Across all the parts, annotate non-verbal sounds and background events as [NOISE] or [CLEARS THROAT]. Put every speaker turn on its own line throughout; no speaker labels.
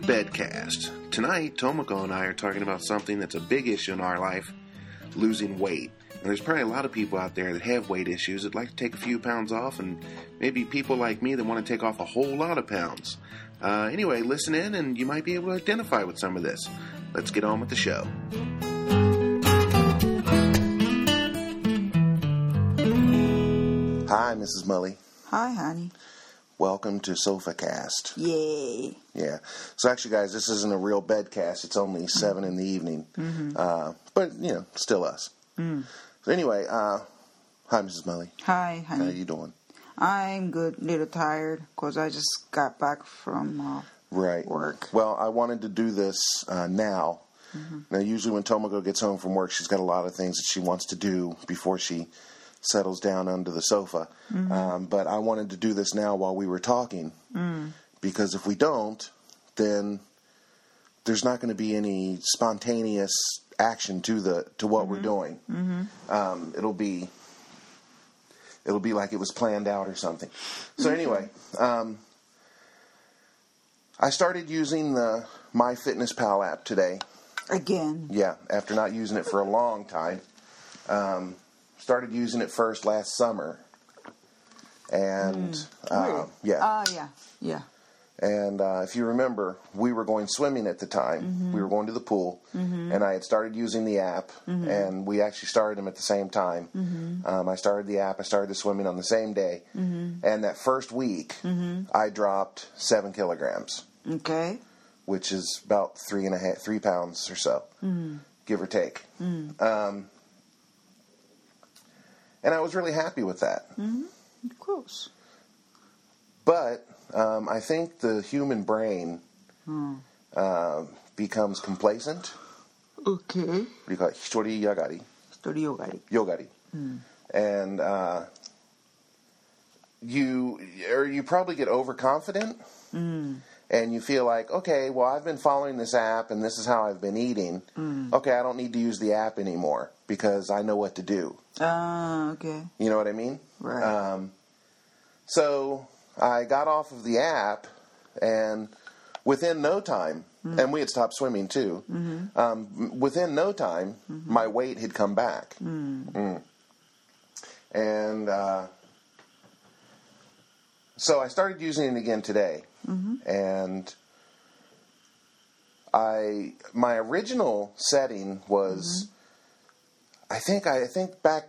Bedcast. Tonight, Tomoko and I are talking about something that's a big issue in our life losing weight. And there's probably a lot of people out there that have weight issues that'd like to take a few pounds off, and maybe people like me that want to take off a whole lot of pounds. Uh, anyway, listen in, and you might be able to identify with some of this. Let's get on with the show. Hi, Mrs. Mully.
Hi, honey.
Welcome to SofaCast.
Yay.
Yeah. So actually, guys, this isn't a real bedcast. It's only seven in the evening. Uh, but you know, still us. So anyway, uh, hi, Mrs. Mully.
Hi,
How
honey.
you doing?
I'm good, little tired, because I just got back from uh,
Right.
work.
Well, I wanted to do this uh, now. Now, usually when Tomoko gets home from work, she's got a lot of things that she wants to do before she settles down under the sofa. Um, but I wanted to do this now while we were talking because if we don't, then there's not going to be any spontaneous action to the to what we're doing. Um, it'll be it'll be like it was planned out or something. So anyway, um, I started using the MyFitnessPal app today.
Again.
Yeah, after not using it for a long time. Um, started using it first last summer. And uh,
Really?
yeah,
Oh, yeah. Yeah.
and uh, if you remember, we were going swimming at the time. We were going to the pool, and I had started using the app, and we actually started them at the same time. Um, I started the app, I started the swimming on the same day, and that first week, I dropped seven kilograms
Okay.
which is about three and a half, three pounds or so, give or take. Um, and I was really happy with that.
Of course.
But um, I think the human brain uh, becomes complacent.
Okay.
What do you call it? Hitori yagari.
Studio guy.
Yogari. And uh, you, or you probably get overconfident. and you feel like, okay, well, I've been following this app and this is how I've been eating. Okay, I don't need to use the app anymore because I know what to do.
Ah, okay.
You know what I mean?
Right.
Um, so I got off of the app and within no time, and we had stopped swimming too, um, within no time, my weight had come back. Mm. And uh, so I started using it again today. And I my original setting was I think I, I think back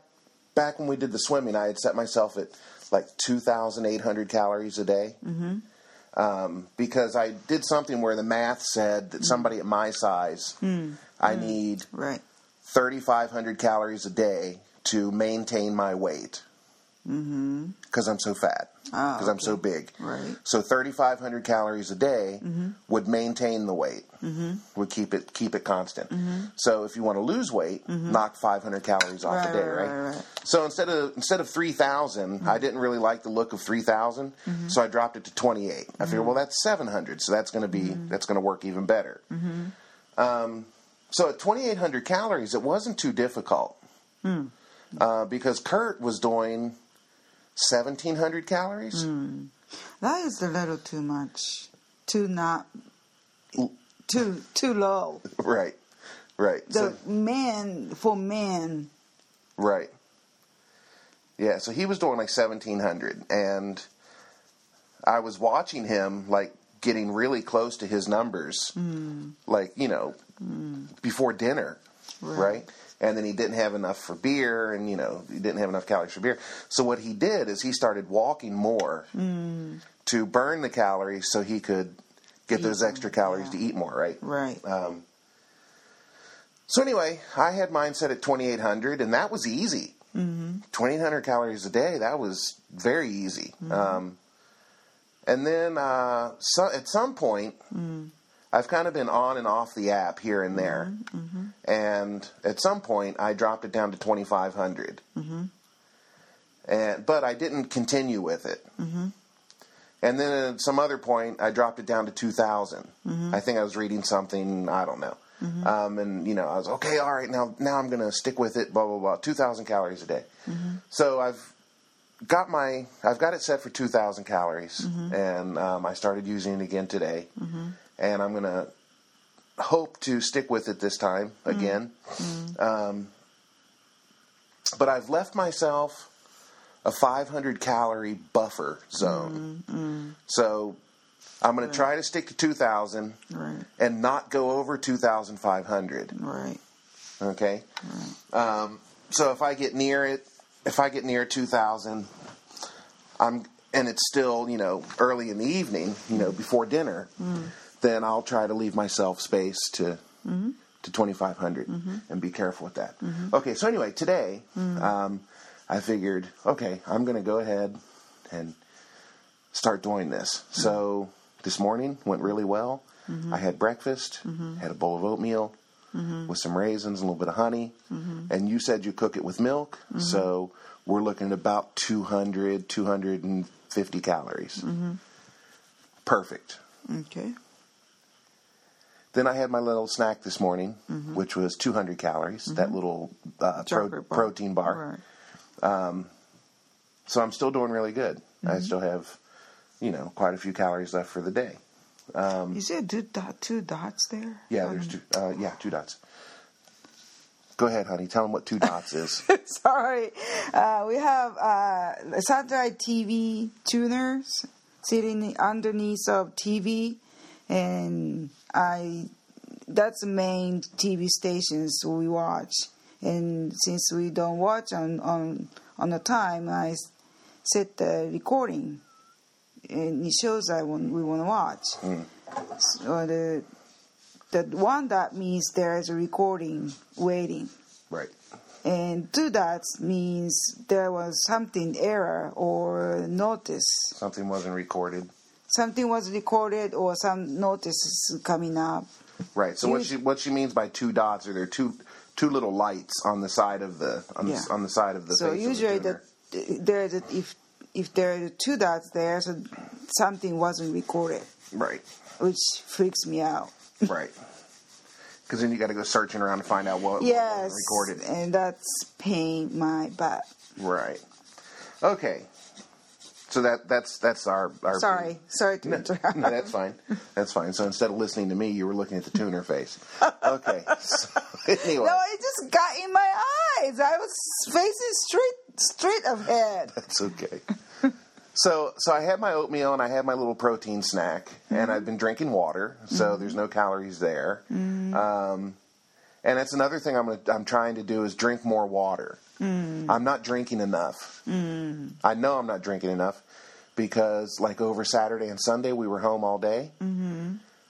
back when we did the swimming, I had set myself at like two thousand eight hundred calories a day. Mm-hmm. Um, because I did something where the math said that somebody at my size, I need
Right.
3,500 calories a day to maintain my weight because I'm so fat, because
Ah,
I'm so big.
Right.
So 3,500 calories a day
Mm-hmm.
would maintain the weight, would keep it keep it constant.
Mm-hmm.
So if you want to lose weight, knock 500 calories off a
Right,
day,
right,
right?
right, Mm-hmm. right.
So instead of instead of 3,000, I didn't really like the look of 3,000,
Mm-hmm.
so I dropped it to 28. I figured, well, that's 700, so that's going to be
Mm-hmm.
that's going to work even better. Um, so at 2,800 calories, it wasn't too difficult
Hmm.
uh, because Kurt was doing 1,700 calories.
That is a little too much. Too not. Too too low.
Right, right,
The
so,
men for men.
right. Yeah, so he was doing like 1,700, and I was watching him like getting really close to his numbers,
Mm.
like you know, before dinner, right.
Right.
And then he didn't have enough for beer, and you know, he didn't have enough calories for beer. So what he did is he started walking more to burn the calories so he could get
Mm. Eat
those
them,
extra calories
yeah.
to eat more, right?
Right.
Um, so anyway, I had mine set at 2,800, and that was easy. Mm-hmm. 2,800 calories a day, that was very easy. Um, and then uh, so, at some point, I've kind of been on and off the app here and there. And at some point, I dropped it down to 2,500. And, but I didn't continue with it. And then at some other point, I dropped it down to 2,000. I think I was reading something, I don't know. Um, and, you know, I was, okay, all right, now, now I'm going to stick with it, blah, blah, blah. 2,000 calories a day. So I've got my, I've got it set for 2,000 calories. And um, I started using it again today. and I'm gonna hope to stick with it this time again. Um, but I've left myself a 500 calorie buffer zone, so I'm gonna try to stick to 2,000
Right.
and not go over 2,500.
Right.
Okay. Um, so if I get near it, if I get near 2,000, I'm and it's still you know early in the evening, you know before dinner, then I'll try to leave myself space to to 2,500 and be careful with that. Okay. So anyway, today um, I figured, okay, I'm going to go ahead and start doing this. So this morning went really well. I had breakfast, had a bowl of oatmeal with some raisins, a little bit of honey,
Mm-hmm.
and you said you cook it with milk. So we're looking at about 200, 250 calories.
Mm-hmm.
Perfect.
Okay.
Then I had my little snack this morning,
Mm-hmm.
which was 200 calories, that little uh, pro-
Chocolate Mm-hmm. bar.
protein bar.
Right.
so I'm still doing really good.
Mm-hmm.
I still have, you know, quite a few calories left for the day.
You said two, dot, two dots there?
Um, Yeah,
I
there's
don't-
two. Uh, yeah, two dots. Go ahead, honey. Tell them what two dots
[LAUGHS]
is.
Sorry. Uh, we have uh, satellite TV tuners sitting underneath of TV, and I that's the main TV stations we watch. And since we don't watch on on on the time, I s- set the recording, and it shows I want we want to watch. So the the one that means there is a recording waiting
right.
and do that means there was something error or notice
Something wasn't recorded.
something was recorded or some notice is coming up
Right. So what
You-
she what she means by two dots are there two two little lights on the side of the on,
Yeah.
the, on the side of the
so
face
usually
of the
the,
tuner.
there is a- if if there are two dots there so something wasn't recorded
right
which freaks me out
right [LAUGHS] because then you got to go searching around to find out what what
yes
wasn't recorded
and that's pain my butt
right okay so that that's that's our our
sorry sorry to interrupt
No, that's fine. That's fine. So instead of listening to me, you were looking at the tuner
[LAUGHS]
face. Okay. [LAUGHS] So, anyway,
no it just got in my eyes i was facing straight straight ahead
[LAUGHS] that's okay. So, so I had my oatmeal and I had my little protein snack, and I've been drinking water, so there's no calories there. Um, and that's another thing I'm gonna, I'm trying to do is drink more water. I'm not drinking enough. I know I'm not drinking enough because, like, over Saturday and Sunday, we were home all day.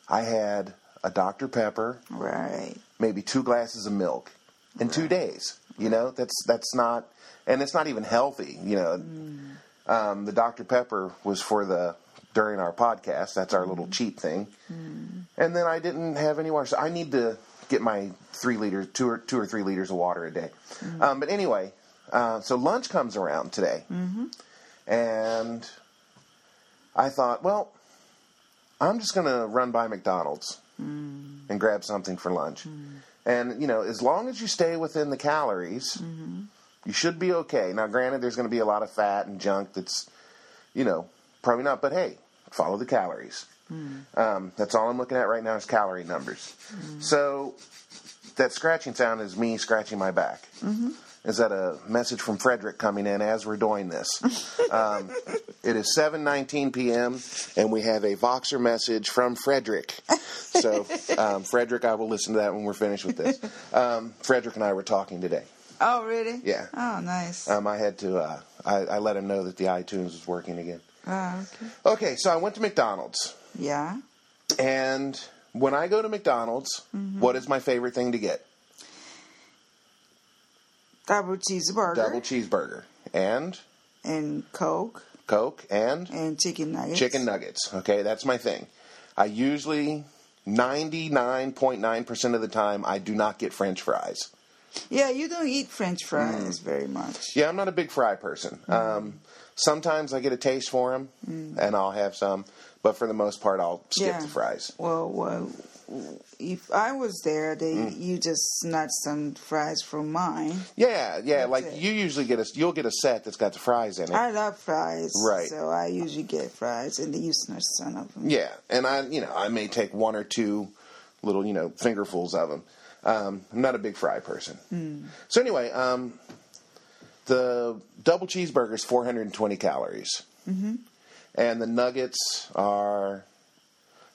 I had a Dr Pepper.
right
maybe two glasses of milk in two days. You know, that's that's not, and it's not even healthy. You know, um, the Dr Pepper was for the during our podcast. That's our little cheap thing. And then I didn't have any water, so I need to get my three liters, two or two or three liters of water a day. Um, but anyway, uh, so lunch comes around today, and I thought, well, I'm just gonna run by McDonald's and grab something for lunch. And you know, as long as you stay within the calories, you should be okay. Now, granted, there's going to be a lot of fat and junk that's, you know, probably not. But hey, follow the calories. Um, that's all I'm looking at right now is calorie numbers. So that scratching sound is me scratching my back. Is that a message from Frederick coming in as we're doing this? um, it is 7:19 p.m. and we have a Voxer message from Frederick. So, um, Frederick, I will listen to that when we're finished with this. Um, Frederick and I were talking today.
Oh, really?
Yeah.
Oh, nice.
Um, I had to. Uh, I, I let him know that the iTunes was working again.
Ah, okay.
Okay, so I went to McDonald's,
Yeah.
and when I go to McDonald's, what is my favorite thing to get?
Double cheeseburger.
Double cheeseburger and
And Coke
Coke and
and chicken nuggets.
chicken nuggets. Okay, that's my thing. I usually ninety nine point nine percent of the time I do not get French fries.
Yeah, you don't eat French fries very much.
Mm. Yeah, I'm not a big fry person.
Mm.
Um, sometimes I get a taste for them, and I'll have some. But for the most part, I'll skip
Yeah.
the fries.
Well, well, if I was there, they
Mm.
you just snatched some fries from mine.
Yeah, yeah.
That's
like
it.
you usually get a you'll get a set that's got the fries in it.
I love fries,
Right.
So I usually get fries, and you snatched some of them.
yeah, and I you know I may take one or two little you know fingerfuls of them. Um, I'm not a big fry person. So anyway, um, the double cheeseburger is 420 calories, mm-hmm. and the nuggets are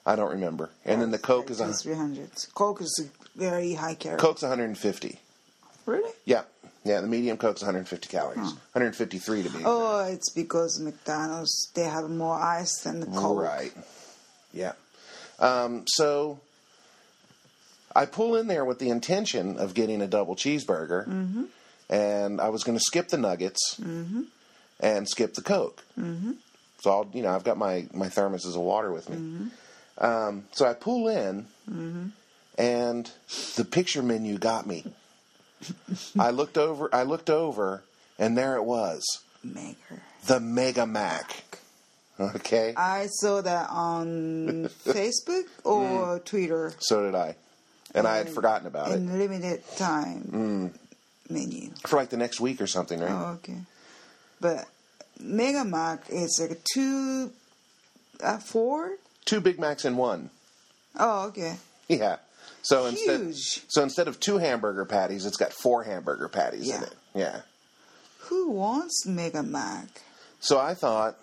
I don't remember, and then the coke is a,
three hundred. Coke is very high calorie.
coke's 150.
really?
Yeah, yeah. The medium coke's 150 calories, 153 to be exact.
Oh, it's because McDonald's they have more ice than the Coke.
Right. Yeah. Um, so I pull in there with the intention of getting a double cheeseburger, and I was going to skip the nuggets and skip the Coke. Mm-hmm. So I'll, you know, I've got my my thermoses of water with me. Um, so I pull in, and the picture menu got me. I looked over. I looked over, and there it was,
Maker.
the Mega Mac. Okay.
I saw that on
[LAUGHS]
Facebook or Twitter
So did I. Mm. And I had
Right.
forgotten about it Mm.
in limited time menu.
for like the next week or something, right?
Oh, okay. But Mega Mac is like two, uh, four.
Two Big Macs in one.
Oh, okay.
Yeah. So
Huge.
instead so instead of two hamburger patties, it's got four hamburger patties in
Yeah.
it. Yeah.
Who wants Mega Mac?
So I thought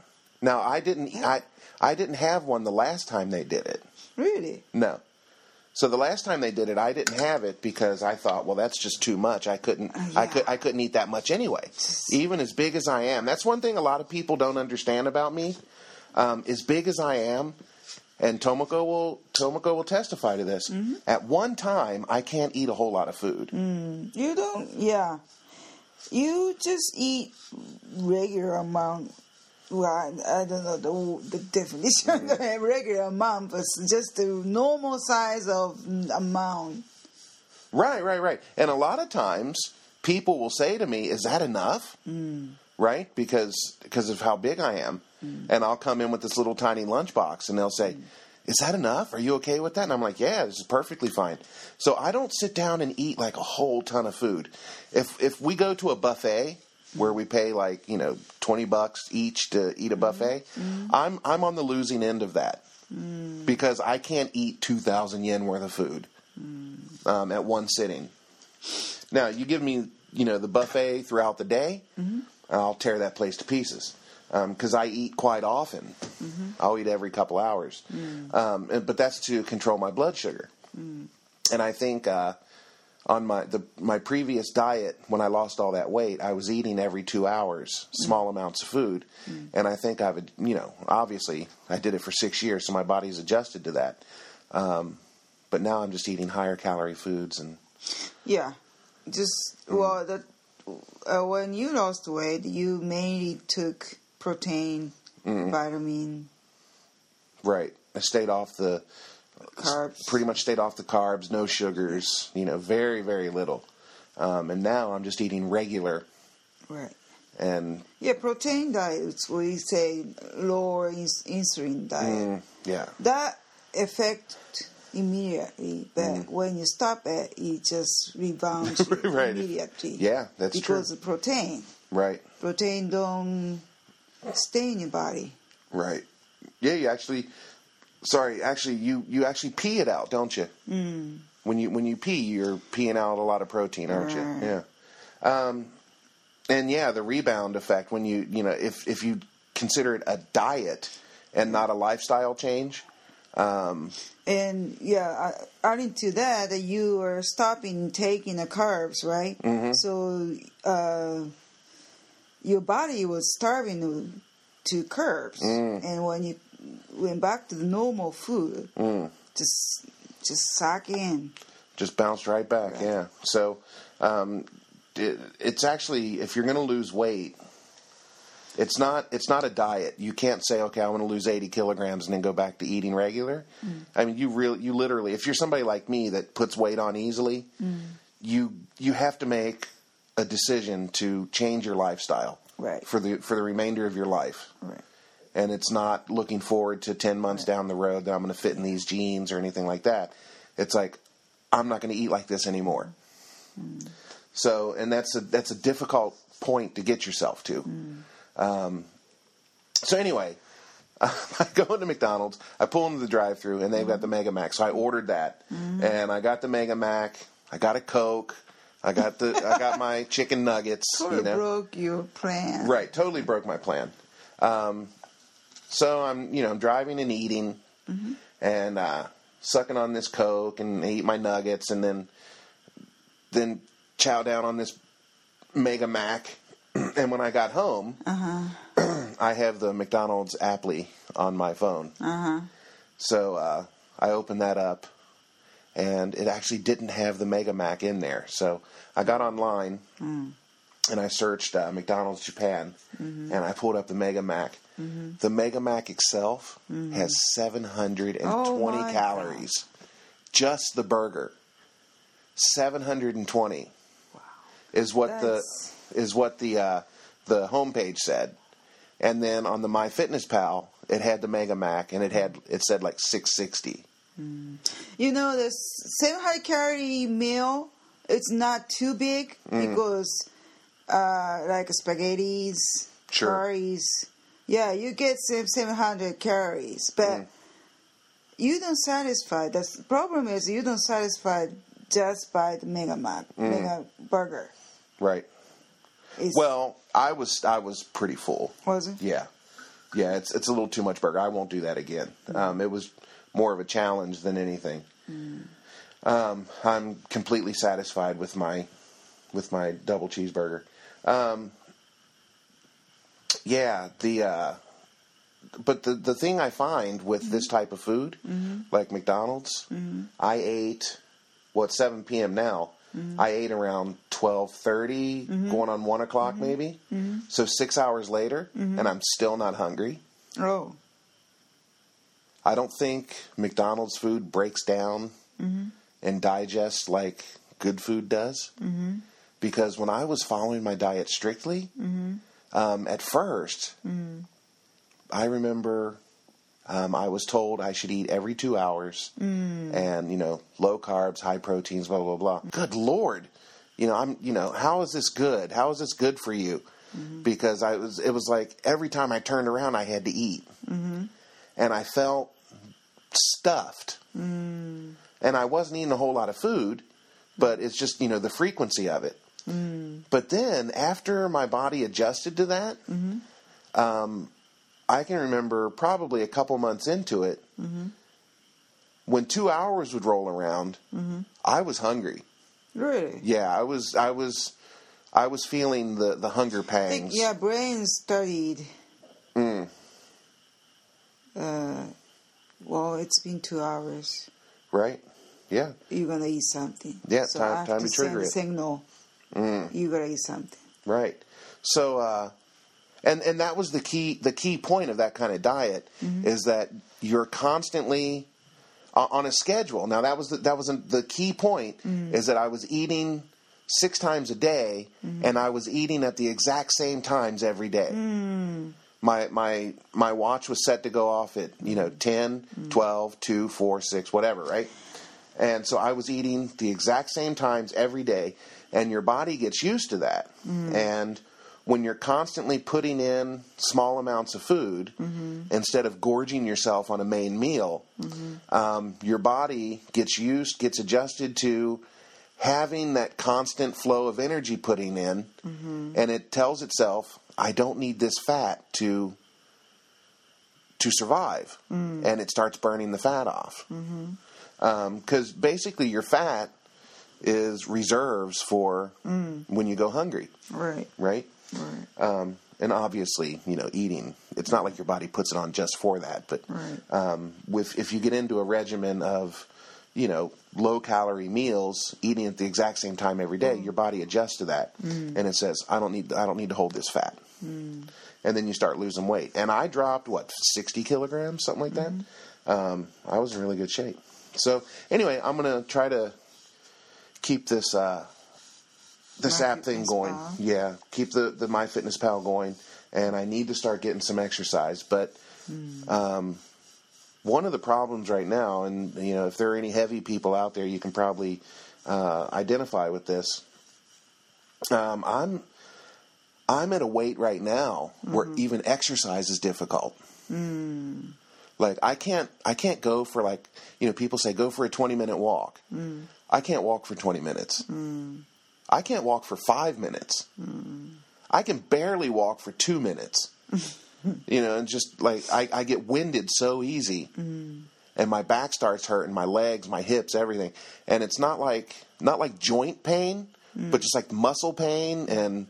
now I didn't I I didn't have one the last time they did it.
Really?
No. So the last time they did it, I didn't have it because I thought, well, that's just too much. I couldn't, I
yeah.
could, I couldn't eat that much anyway. Even as big as I am, that's one thing a lot of people don't understand about me. Um, as big as I am, and Tomoko will Tomoko will testify to this. At one time, I can't eat a whole lot of food.
You don't? Yeah. You just eat regular amount. Well, I, I don't know the, [LAUGHS] the definition of a regular amount, but it's just the normal size of amount.
Right, right, right. And a lot of times, people will say to me, "Is that enough?" Right, because because of how big I am, and I'll come in with this little tiny lunchbox, and they'll say, "Is that enough? Are you okay with that?" And I'm like, "Yeah, this is perfectly fine." So I don't sit down and eat like a whole ton of food. If if we go to a buffet where we pay like you know twenty bucks each to eat a buffet, I'm I'm on the losing end of that because I can't eat two thousand yen worth of food um, at one sitting. Now you give me, you know, the buffet throughout the day, and I'll tear that place to pieces because I eat quite often. I'll eat every couple hours, um, and, but that's to control my blood sugar. And I think uh, on my the, my previous diet, when I lost all that weight, I was eating every two hours, small amounts of food, and I think I've you know obviously I did it for six years, so my body's adjusted to that. Um, but now I'm just eating higher calorie foods and
Yeah, just well, that uh, when you lost weight, you mainly took protein,
Mm-hmm.
vitamin,
Right. I stayed off the
carbs.
pretty much stayed off the carbs, no sugars, you know, very very little. Um, and now I'm just eating regular
right.
and
Yeah, protein diets. We say lower ins- insulin diet.
mm, yeah.
That affect immediately, but when you stop it, it just rebounds
Mm. [LAUGHS] Right.
immediately.
Yeah, that's true.
because of protein.
Right.
Protein don't stay in your body.
Right. Yeah, you actually sorry, actually you you actually pee it out, don't you? Mm. When you when you pee, you're peeing out a lot of protein, aren't
Right.
you? Yeah. Um and yeah, the rebound effect when you, you know, if if you consider it a diet and not a lifestyle change,
And yeah, a- adding to that, that you are stopping taking the carbs, right?
Mm-hmm.
So uh, your body was starving to, to carbs,
Mm.
and when you went back to the normal food,
Mm.
just just suck in.
just bounced right back. Yeah. So um, it, it's actually if you're going to lose weight, it's not it's not a diet. You can't say, okay, I want to lose 80 kilograms and then go back to eating regular. I mean, you really you literally if you're somebody like me that puts weight on easily, you you have to make a decision to change your lifestyle
Right.
for the for the remainder of your life
Right.
and it's not looking forward to 10 months down the road that I'm going to fit in these jeans or anything like that. it's like I'm not going to eat like this anymore. So, and that's a that's a difficult point to get yourself to. Um, so anyway, [LAUGHS] I go into McDonald's, I pull into the drive-through, and they've got the Mega Mac. So I ordered that, and I got the Mega Mac. I got a Coke. I got the I got my chicken nuggets.
Totally
you know?
broke your plan.
Right, totally broke my plan. Um, so I'm, you know, I'm driving and eating and uh, sucking on this coke and eat my nuggets and then then chow down on this Mega Mac. [CLEARS THROAT] and when I got home, I have the McDonald's apply on my phone.
Uh huh.
So uh, I opened that up, and it actually didn't have the Mega Mac in there. So I got online
Hmm.
and I searched uh, McDonald's Japan,
Mm-hmm.
and I pulled up the Mega Mac. The Mega Mac itself has 720
Mm-hmm. Oh, my
calories, just the burger. 720 is what
That's-
the is what the uh, the homepage said. And then on the MyFitnessPal, it had the Mega Mac, and it had it said like 660.
You know, the seven high calorie meal, it's not too big
Mm.
because, uh, like spaghettis,
Sure.
curries. Yeah, you get same seven hundred calories, but
Mm.
you don't satisfy. The s- problem is you don't satisfy just by the Mega Mac,
Mm.
Mega Burger.
Right.
It's,
Well, I was I was pretty full.
was it?
Yeah, yeah. It's it's a little too much burger. I won't do that again. Um, it was more of a challenge than anything. Um, I'm completely satisfied with my with my double cheeseburger. Um, yeah, the uh, but the the thing I find with this type of food, like McDonald's, I ate well it's seven p.m. now. I ate around twelve going on one o'clock maybe. So six hours later, and I'm still not hungry.
Oh,
I don't think McDonald's food breaks down and digests like good food does. Mm-hmm. Because when I was following my diet strictly, um, at 1st I remember um, I was told I should eat every two hours and, you know, low carbs, high proteins, blah, blah, blah. Good Lord. You know, I'm, you know, how is this good? How is this good for you? Because I was, it was like every time I turned around, I had to eat and I felt stuffed. Mm. And I wasn't eating a whole lot of food, but it's just, you know, the frequency of it. Mm. But then after my body adjusted to that, um, I can remember probably a couple months into it, when two hours would roll around, I was hungry.
really?
Yeah, I was, I was, I was feeling the, the hunger
I think
pangs.
yeah, brain studied.
Mm.
Uh, well, it's been two hours.
Right? Yeah.
You're gonna eat something.
Yeah,
so
time-
I have
time
to,
to trigger
send
it. Mm.
signal. You gotta eat something.
Right. So, uh, and and that was the key the key point of that kind of diet is that you're constantly o- on a schedule. Now that was the, that was the key point is that I was eating six times a day and I was eating at the exact same times every day. My my my watch was set to go off at, you know, 10, 12, 2, 4, 6, whatever, right? And so I was eating the exact same times every day, and your body gets used to that. And when you're constantly putting in small amounts of food instead of gorging yourself on a main meal, um, your body gets used, gets adjusted to having that constant flow of energy putting in, and it tells itself, I don't need this fat to. To survive, and it starts burning the fat off because basically your fat is reserves for when you go hungry,
Right.
right?
Right.
Um, and obviously, you know, eating. It's not like your body puts it on just for that, but
Right.
um, with if you get into a regimen of, you know, low calorie meals, eating at the exact same time every day, your body adjusts to that, and it says, "I don't need, I don't need to hold this fat." And then you start losing weight. And I dropped what sixty kilograms, something like that. Um, I was in really good shape. So anyway, I'm gonna try to keep this uh, this app thing
MyFitnessPal.
going. Yeah, keep the the MyFitnessPal going, and I need to start getting some exercise. But um, one of the problems right now, and you know, if there are any heavy people out there, you can probably uh, identify with this. Um, I'm I'm at a weight right now where even exercise is difficult. Like I can't I can't go for like you know people say go for a 20 minute walk. I can't walk for 20 minutes. I can't walk for 5 minutes. I can barely walk for 2 minutes. you know, and just like I, I get winded so easy. And my back starts hurting, my legs, my hips, everything. And it's not like not like joint pain, but just like muscle pain and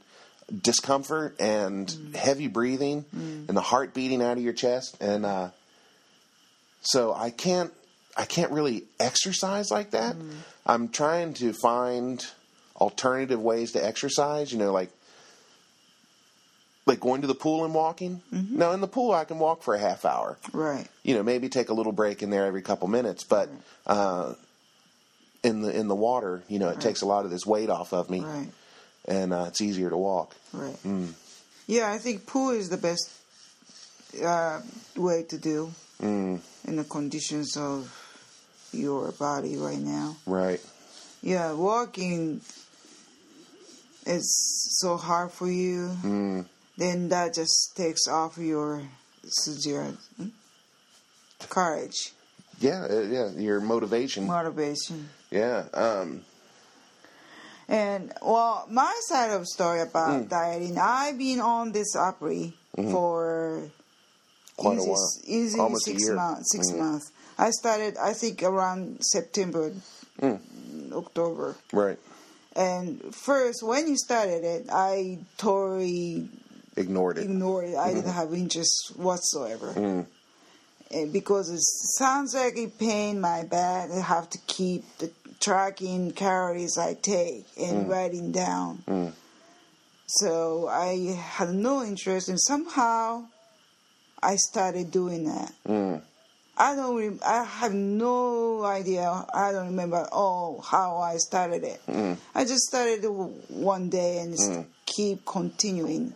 discomfort and heavy breathing and the heart beating out of your chest and uh so I can't I can't really exercise like that.
Mm.
I'm trying to find alternative ways to exercise, you know, like like going to the pool and walking.
Mm-hmm.
Now in the pool I can walk for a half hour.
Right.
You know, maybe take a little break in there every couple minutes, but uh in the in the water, you know, it takes a lot of this weight off of me
Right.
and uh, it's easier to walk.
Right.
Mm.
Yeah, I think pool is the best uh, way to do
Mm.
in the conditions of your body right now.
Right.
Yeah, walking is so hard for you.
Mm.
Then that just takes off your sujira- hmm? courage,
Yeah, uh, yeah, your motivation.
motivation.
Yeah. Um
And well, my side of story about
Mm.
dieting, I've been on this Opry for
Mm-hmm. Quite a
easy,
while.
easy
Almost a
six
year. Mm-hmm.
months. Six months. I started, I think, around September,
Mm.
October.
right.
And first, when you started it, I totally
Ignored it.
ignored it. Mm-hmm. Mm. I didn't have interest whatsoever. And because it sounds like a pain in my back, I have to keep the tracking calories I take and writing down. So I had no interest, and somehow I started doing that.
Mm,
I don't. Re- I have no idea. I don't remember at all how I started it. I just started it w- one day and just keep continuing,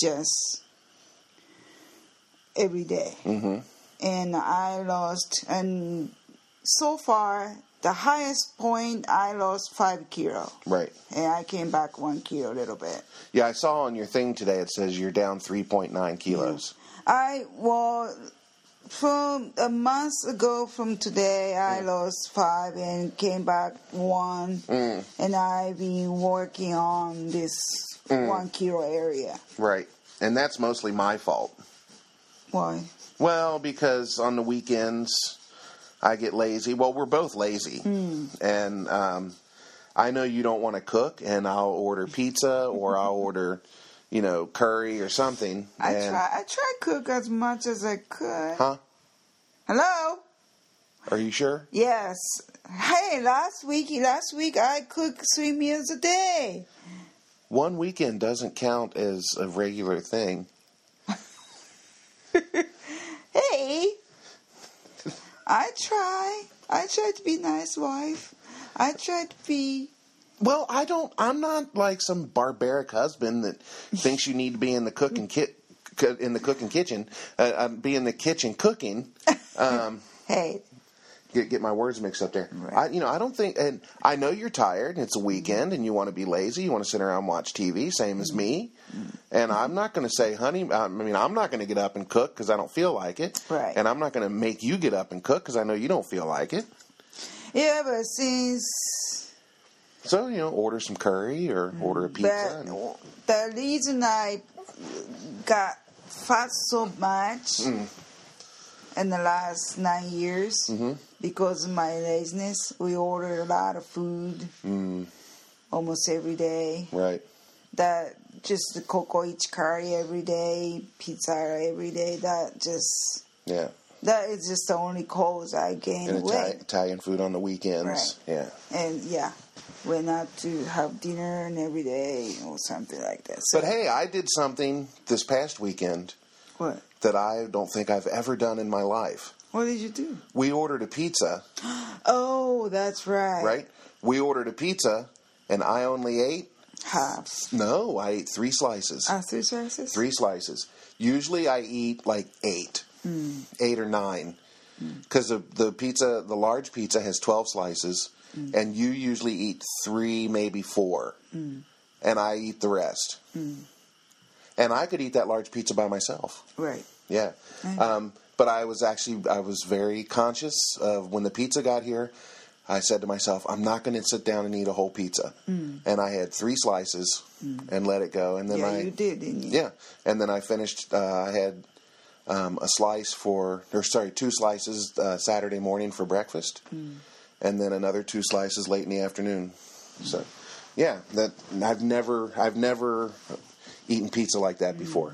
just every Mm-hmm. And I lost, and so far the highest point I lost five kilo,
Right.
and I came back one kilo a little bit.
Yeah, I saw on your thing today it says you're down 3.9 kilos.
I well, from a month ago from today, I lost five and came back one, and I've been working on this one kilo area.
Right. And that's mostly my fault.
Why?
Well, because on the weekends I get lazy. Well, we're both lazy, and um, I know you don't want to cook, and I'll order pizza or I'll order, you know, curry or something.
I
and,
try. I try cook as much as I could.
Huh?
Hello.
Are you sure?
Yes. Hey, last week, last week I cooked three meals a day.
One weekend doesn't count as a regular thing.
Hey, I try. I try to be nice wife. I try to be
Well, I don't. I'm not like some barbaric husband that thinks you need to be in the cooking kit co- in the cooking kitchen, uh, uh, be in the kitchen cooking. Um,
hey.
get get my words mixed up there.
Right.
I, you know, I don't think, and I know you're tired. And it's a weekend, and you want to be lazy. You want to sit around and watch TV, same as me. And I'm not going to say, honey. um, I mean, I'm not going to get up and cook because I don't feel like it.
Right.
And I'm not going to make you get up and cook because I know you don't feel like it.
Yeah, but since
So you know, order some curry or order a
Mm.
pizza.
that,
and-
the reason I got fat so much
Mm.
in the last nine years
Mm-hmm.
because of my laziness, we order a lot of food
Mm.
almost every day.
right.
That just the cocoa curry every day, pizza every day. That just
Yeah.
that is just the only cause I gain
And
weight.
Italian, Italian food on the weekends. Yeah.
and yeah, went out to have dinner and every day or something like that. So,
But hey, I did something this past weekend
what
that I don't think I've ever done in my life.
what did you do?
We ordered a pizza,
Oh, that's right.
right? We ordered a pizza, and I only ate
Half.
no, I ate three slices.
Uh, three slices. Hmm.
three slices. Usually, I eat like eight, eight or nine. because the the pizza, the large pizza, has twelve slices,
Hmm.
and you usually eat three, maybe four,
Hmm.
and I eat the rest. And I could eat that large pizza by myself.
Right.
Yeah. Um, but I was actually I was very conscious of when the pizza got here. I said to myself, I'm not going to sit down and eat a whole pizza. And I had three slices and let it go. And then
Hmm. yeah,
I
you did, didn't you?
yeah, and then I finished. Uh, I had um, a slice for or sorry, two slices uh, Saturday morning for breakfast,
Hmm.
and then another two slices late in the afternoon. So yeah, that I've never I've never eaten pizza like
Hmm.
that before.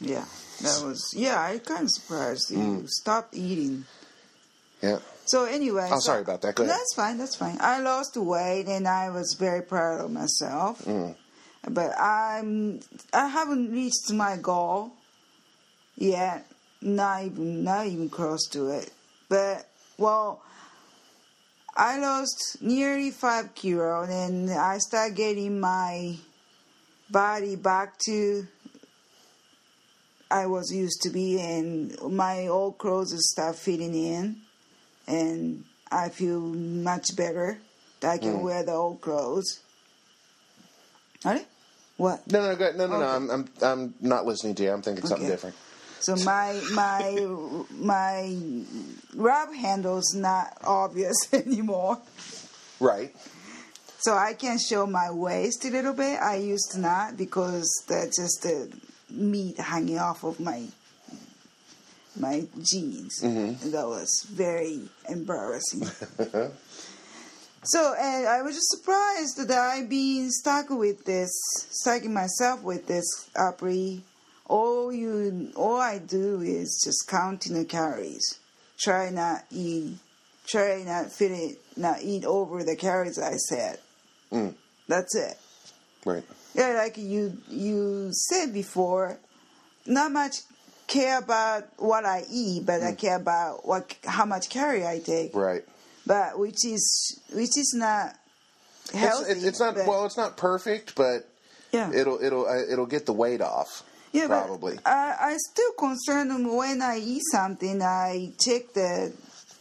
Yeah. That was yeah. I kind of surprised you stopped eating.
Yeah.
So anyway,
Oh,
so-
sorry about that. Go ahead.
That's fine. That's fine. I lost weight and I was very proud of myself.
Mm.
But I'm I haven't reached my goal yet. Not even not even close to it. But well, I lost nearly five kilo and I start getting my body back to I was used to be and my old clothes start fitting in and I feel much better that I can wear the old clothes. Are What?
No, no, go, no, no, no.
Okay.
I'm, I'm I'm not listening to you. I'm thinking something
Okay.
different.
So my my my rub handle's not obvious [LAUGHS] anymore.
Right.
So I can show my waist a little bit. I used to not because that's just the meat hanging off of my my jeans. That was very embarrassing. so and I was just surprised that I've been stuck with this, stucking myself with this Apri. All you, all I do is just counting the calories. Try not eat, try not fit it, not eat over the calories I said.
Mm.
That's it.
Right.
Yeah, like you you said before, not much care about what I eat, but I care about what how much calorie I take.
Mm. Right.
But which is which is not
It's,
healthy.
it's, it's not
but-
well. It's not perfect, but
Yeah,
it'll it'll uh, it'll get the weight off.
yeah, but
probably.
I I still concerned when I eat something. I check the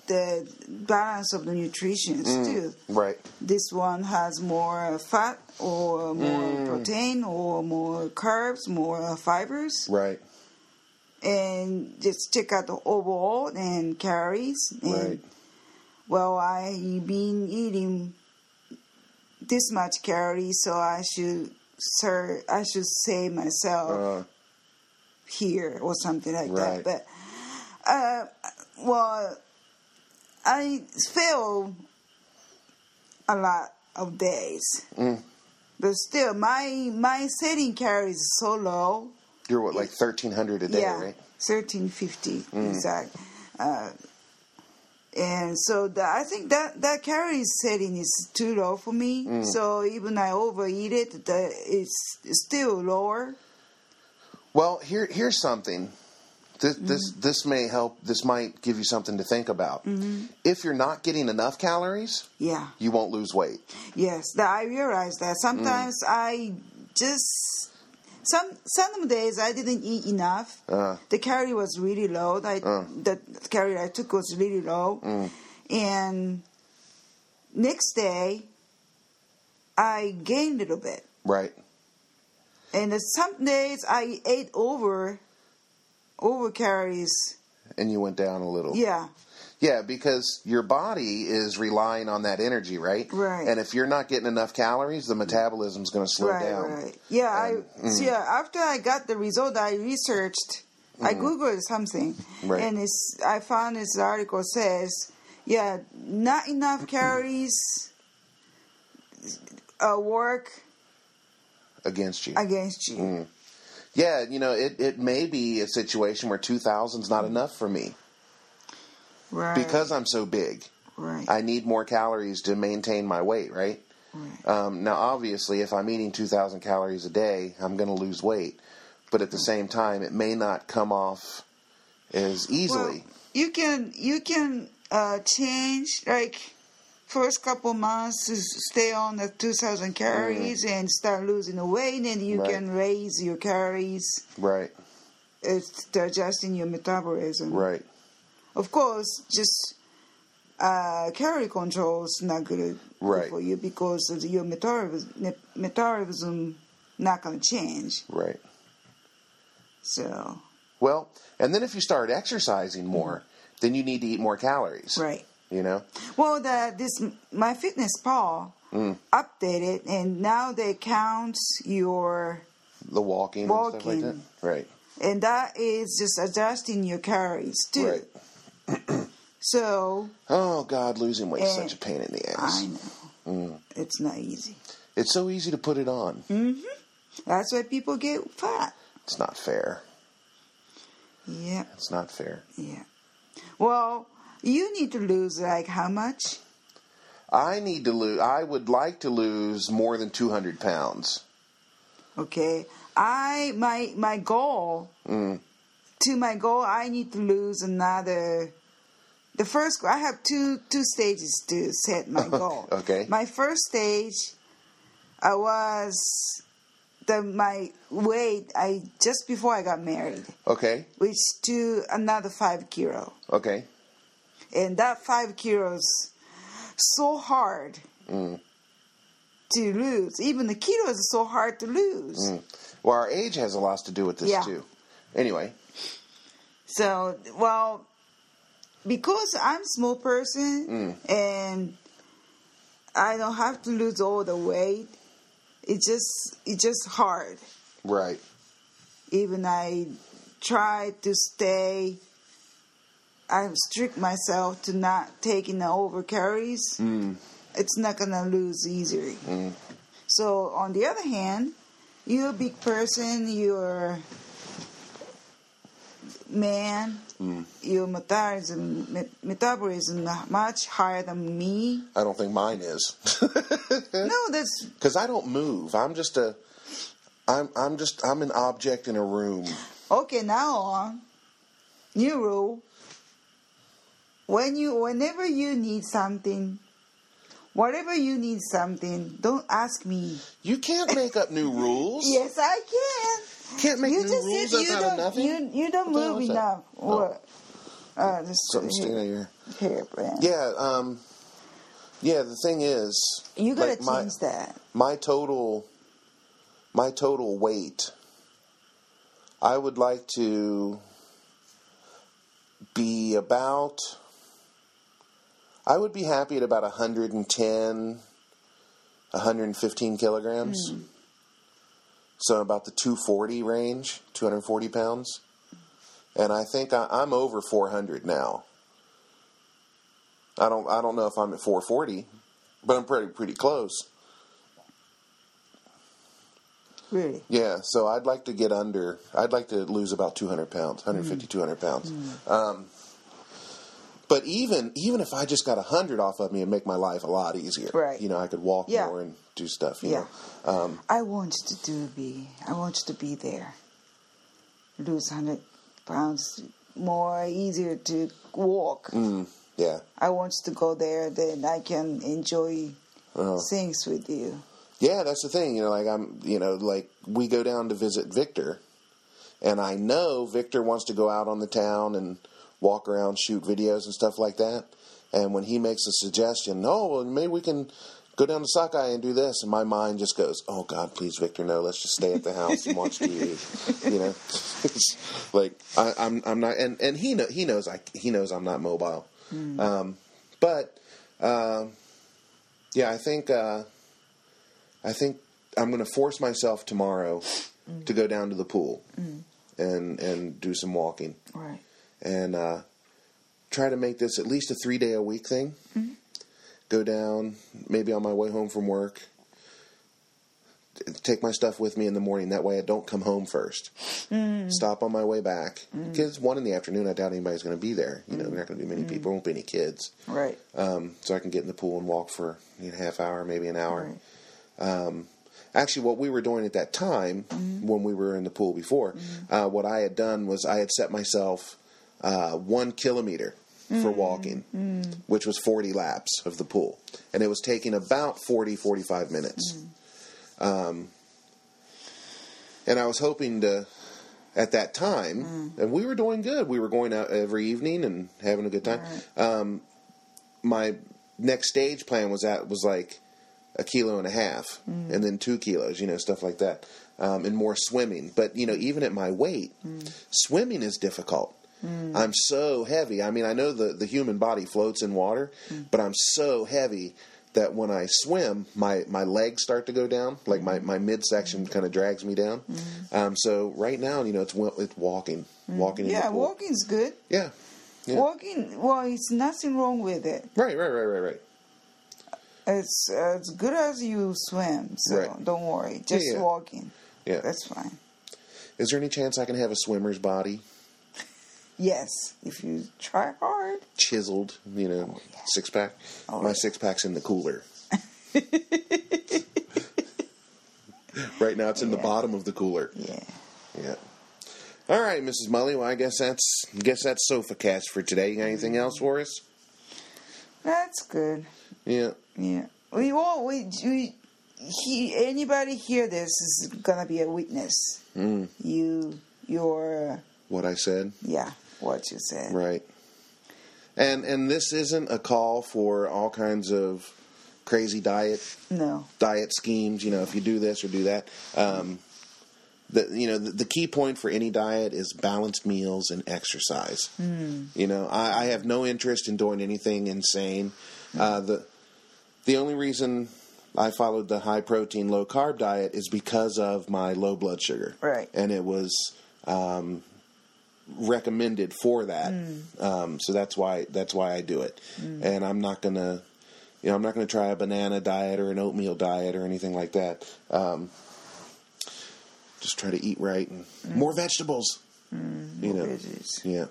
the balance of the nutrition
Mm.
too.
Right.
this one has more fat or more
Mm.
protein or more carbs, more fibers,
Right.
and just check out the overall and calories. And
Right.
well, I been eating this much calories, so I should, sir, I should say myself
Uh,
here or something like
Right.
that. But uh, well, I fail a lot of days,
Mm.
but still, my my setting carry is so low.
you're what like thirteen hundred a day,
yeah,
right?
thirteen fifty exact. Uh, and so the, I think that that carry setting is too low for me. So even I overeat it, the, it's still lower.
Well, here here's something. This this
Mm-hmm.
this may help. This might give you something to think about.
Mm-hmm.
If you're not getting enough calories,
Yeah.
you won't lose weight.
Yes, that I realized that sometimes I just some some days I didn't eat enough.
Uh.
The calorie was really low. I, The calorie I took was really low, and next day I gained a little bit.
Right.
And then some days I ate over over calories.
And you went down a little.
Yeah,
Yeah, because your body is relying on that energy, right?
Right.
And if you're not getting enough calories, the metabolism's going to slow
right,
down.
right. Yeah,
And- mm.
I so yeah. After I got the result, I researched. I googled something,
Mm. Right.
and it's I found this article says, yeah, not enough calories. Uh, work
Against you.
against you.
Mm. yeah, you know, it, it may be a situation where 2,000's not enough for me
Right.
because I'm so big.
right.
I need more calories to maintain my weight, right?
right.
Um, now, obviously, if I'm eating 2,000 calories a day, I'm going to lose weight. But at the same time, it may not come off as easily.
Well, you can you can uh, change like first couple months to stay on the two thousand calories and start losing the weight, and you
Mm. Right.
can raise your calories.
right,
It's adjusting your metabolism.
right.
of course, just uh, calorie control is not good
Right.
for you because of your metabolism, me- metabolism not going to change.
Right.
So,
Well, and then if you start exercising more, then you need to eat more calories.
Mm-hmm. right.
You know?
Well, the this my fitness pal
Mm.
updated, and now they count your
The walking, and stuff like that.
Walking.
Right.
and that is just adjusting your calories too.
Right.
So
Oh God, losing weight is
And-
such a pain in the
Eh, I
ass.
know
Mm.
it's not easy.
It's so easy to put it on.
Mm. That's why people get fat.
It's not fair.
Yeah,
It's not fair.
yeah. Well, you need to lose like how much?
I need to lose. I would like to lose more than two hundred pounds.
Okay, I my my goal to my goal. I need to lose another. The first I have two two stages to set my goal.
okay.
My first stage, I was the my weight. I just before I got married,
Okay.
which to another five kilo.
Okay.
and that five kilos so hard to lose. Even the kilos is so hard to lose.
Mm. Well, our age has a lot to do with this
Yeah.
too. Anyway,
So well, because I'm small person and I don't have to lose all the weight. It's just it's just hard.
right.
Even I try to stay. I strict myself to not taking the over calories. It's not gonna lose easily. So on the other hand, you're a big person, you're man, your metabolism me- metabolism much higher than me.
I don't think mine is [LAUGHS]
No, that's
because I don't move. I'm just a. I'm I'm just I'm an object in a room.
okay. Now on new rule: when you whenever you need something, whatever you need something, don't ask me.
You can't make up new rules.
Yes, I can.
Can't make
you
new
just
rules
said
up
you
out of
don't
nothing.
you you don't
What the hell
move
is that?
enough.
Oh.
What? Uh, this
Something sticking out of your.
hair brand.
Yeah. Um. Yeah. The thing is,
You gotta
like, my-
change that.
my total my total weight i would like to be about i would be happy at about 110 115 kilograms so about the 240 range 240 pounds and i think I, i'm over 400 now i don't i don't know if i'm at 440 but i'm pretty pretty close
Really.
Yeah, so I'd like to get under. I'd like to lose about 200 pounds,
Mm.
150, 200 pounds. Um, but even even if I just got 100 off of me, it'd make my life a lot easier.
Right.
You know, I could walk
Yeah.
more and do stuff, you
Yeah.
know. Um,
I want you to do be. I want you to be there. Lose hundred pounds more, easier to walk.
yeah.
I want you to go there, then I can enjoy
Uh,
things with you.
yeah, that's the thing. You know, like I'm, you know, like we go down to visit Victor, and I know Victor wants to go out on the town and walk around, shoot videos and stuff like that. And when he makes a suggestion, oh, well, maybe we can go down to Sakai and do this, and my mind just goes, oh God, please, Victor, no, let's just stay at the house and watch TV. [LAUGHS] you know, It's like I, I'm, I'm not, and, and he know, he knows I, he knows I'm not mobile. Um, but um yeah, I think. Uh, I think I'm going to force myself tomorrow to go down to the pool and and do some walking
Right.
and uh, try to make this at least a three day a week thing. Go down, maybe on my way home from work. t- Take my stuff with me in the morning. That way, I don't come home first. Stop on my way back because one in the afternoon. I doubt anybody's going to be there. You know, there not going to be many people. Won't be any kids.
Right.
Um, so I can get in the pool and walk for you know, half hour, maybe an hour
Right.
actually what we were doing at that time when we were in the pool before uh, what i had done was i had set myself uh, one kilometer for walking which was 40 laps of the pool and it was taking about 40 45 minutes um, and i was hoping to at that time, and we were doing good. We were going out every evening and having a good time. Um, my next stage plan was that was like a kilo and a half,
Mm.
and then two kilos, you know, stuff like that, um, and more swimming. But you know, even at my weight,
Mm.
swimming is difficult. I'm so heavy. I mean, I know the the human body floats in water,
Mm.
but I'm so heavy that when I swim, my, my legs start to go down, like
Mm.
my, my midsection kind of drags me down. Um, so right now, you know, it's wa- it's walking, walking. in
Mm. Yeah,
the pool.
walking's good.
Yeah, Yeah.
Walking, well, it's nothing wrong with it.
right, right, right, right, right.
It's uh, as good as you swim, so
Right.
don't worry. Just
yeah.
walking.
Yeah.
That's fine.
Is there any chance I can have a swimmer's body,
Yes, if you try hard.
chiseled, you know,
yeah.
six pack?
Oh,
my
yeah.
six pack's in the
[LAUGHS]
cooler. right now, it's in the
Yeah.
bottom of the cooler.
Yeah.
Yeah. All right, Mrs. Mully. Well, I guess that's guess that's sofa cast for today. You got anything else for us?
That's good.
Yeah.
Yeah. We all, we, we he, anybody hear this is gonna be a witness.
Mm,
You, your,
what I said.
yeah, what you said.
Right. And and this isn't a call for all kinds of crazy diet
No.
diet schemes. You know, if you do this or do that. Um, the you know the, the key point for any diet is balanced meals and exercise. Mm. You know, I, I have no interest in doing anything insane. Uh, the the only reason I followed the high protein, low carb diet is because of my low blood sugar.
Right.
And it was um, recommended for that. Um, so that's why that's why I do it. And I'm not gonna you know, I'm not gonna try a banana diet or an oatmeal diet or anything like that. Um, just try to eat right and more vegetables. you know.
Mm. veggies.
Yeah.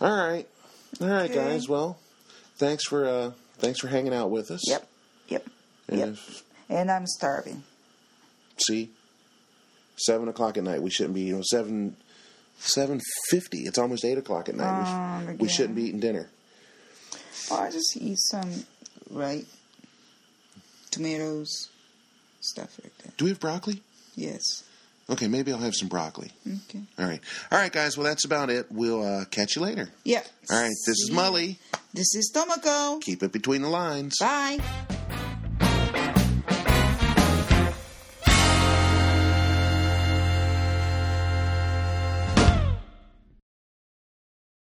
All right. All right,
Okay.
guys. Well, thanks for uh thanks for hanging out with us.
Yep. Yep.
And
Yep.
if-
And I'm starving.
See, seven o'clock at night. We shouldn't be. You know, seven seven fifty. It's almost eight o'clock at night. we,
Um,
sh- we
yeah.
shouldn't be eating dinner.
Oh, I just eat some, right? Tomatoes, stuff like that.
Do we have broccoli?
Yes.
Okay, maybe I'll have some broccoli.
Okay.
All right, all right, guys. Well, that's about it. We'll uh, catch you later.
Yeah.
All right, this is
See ya.
Mully.
This is Tomoko.
Keep it between the lines.
Bye.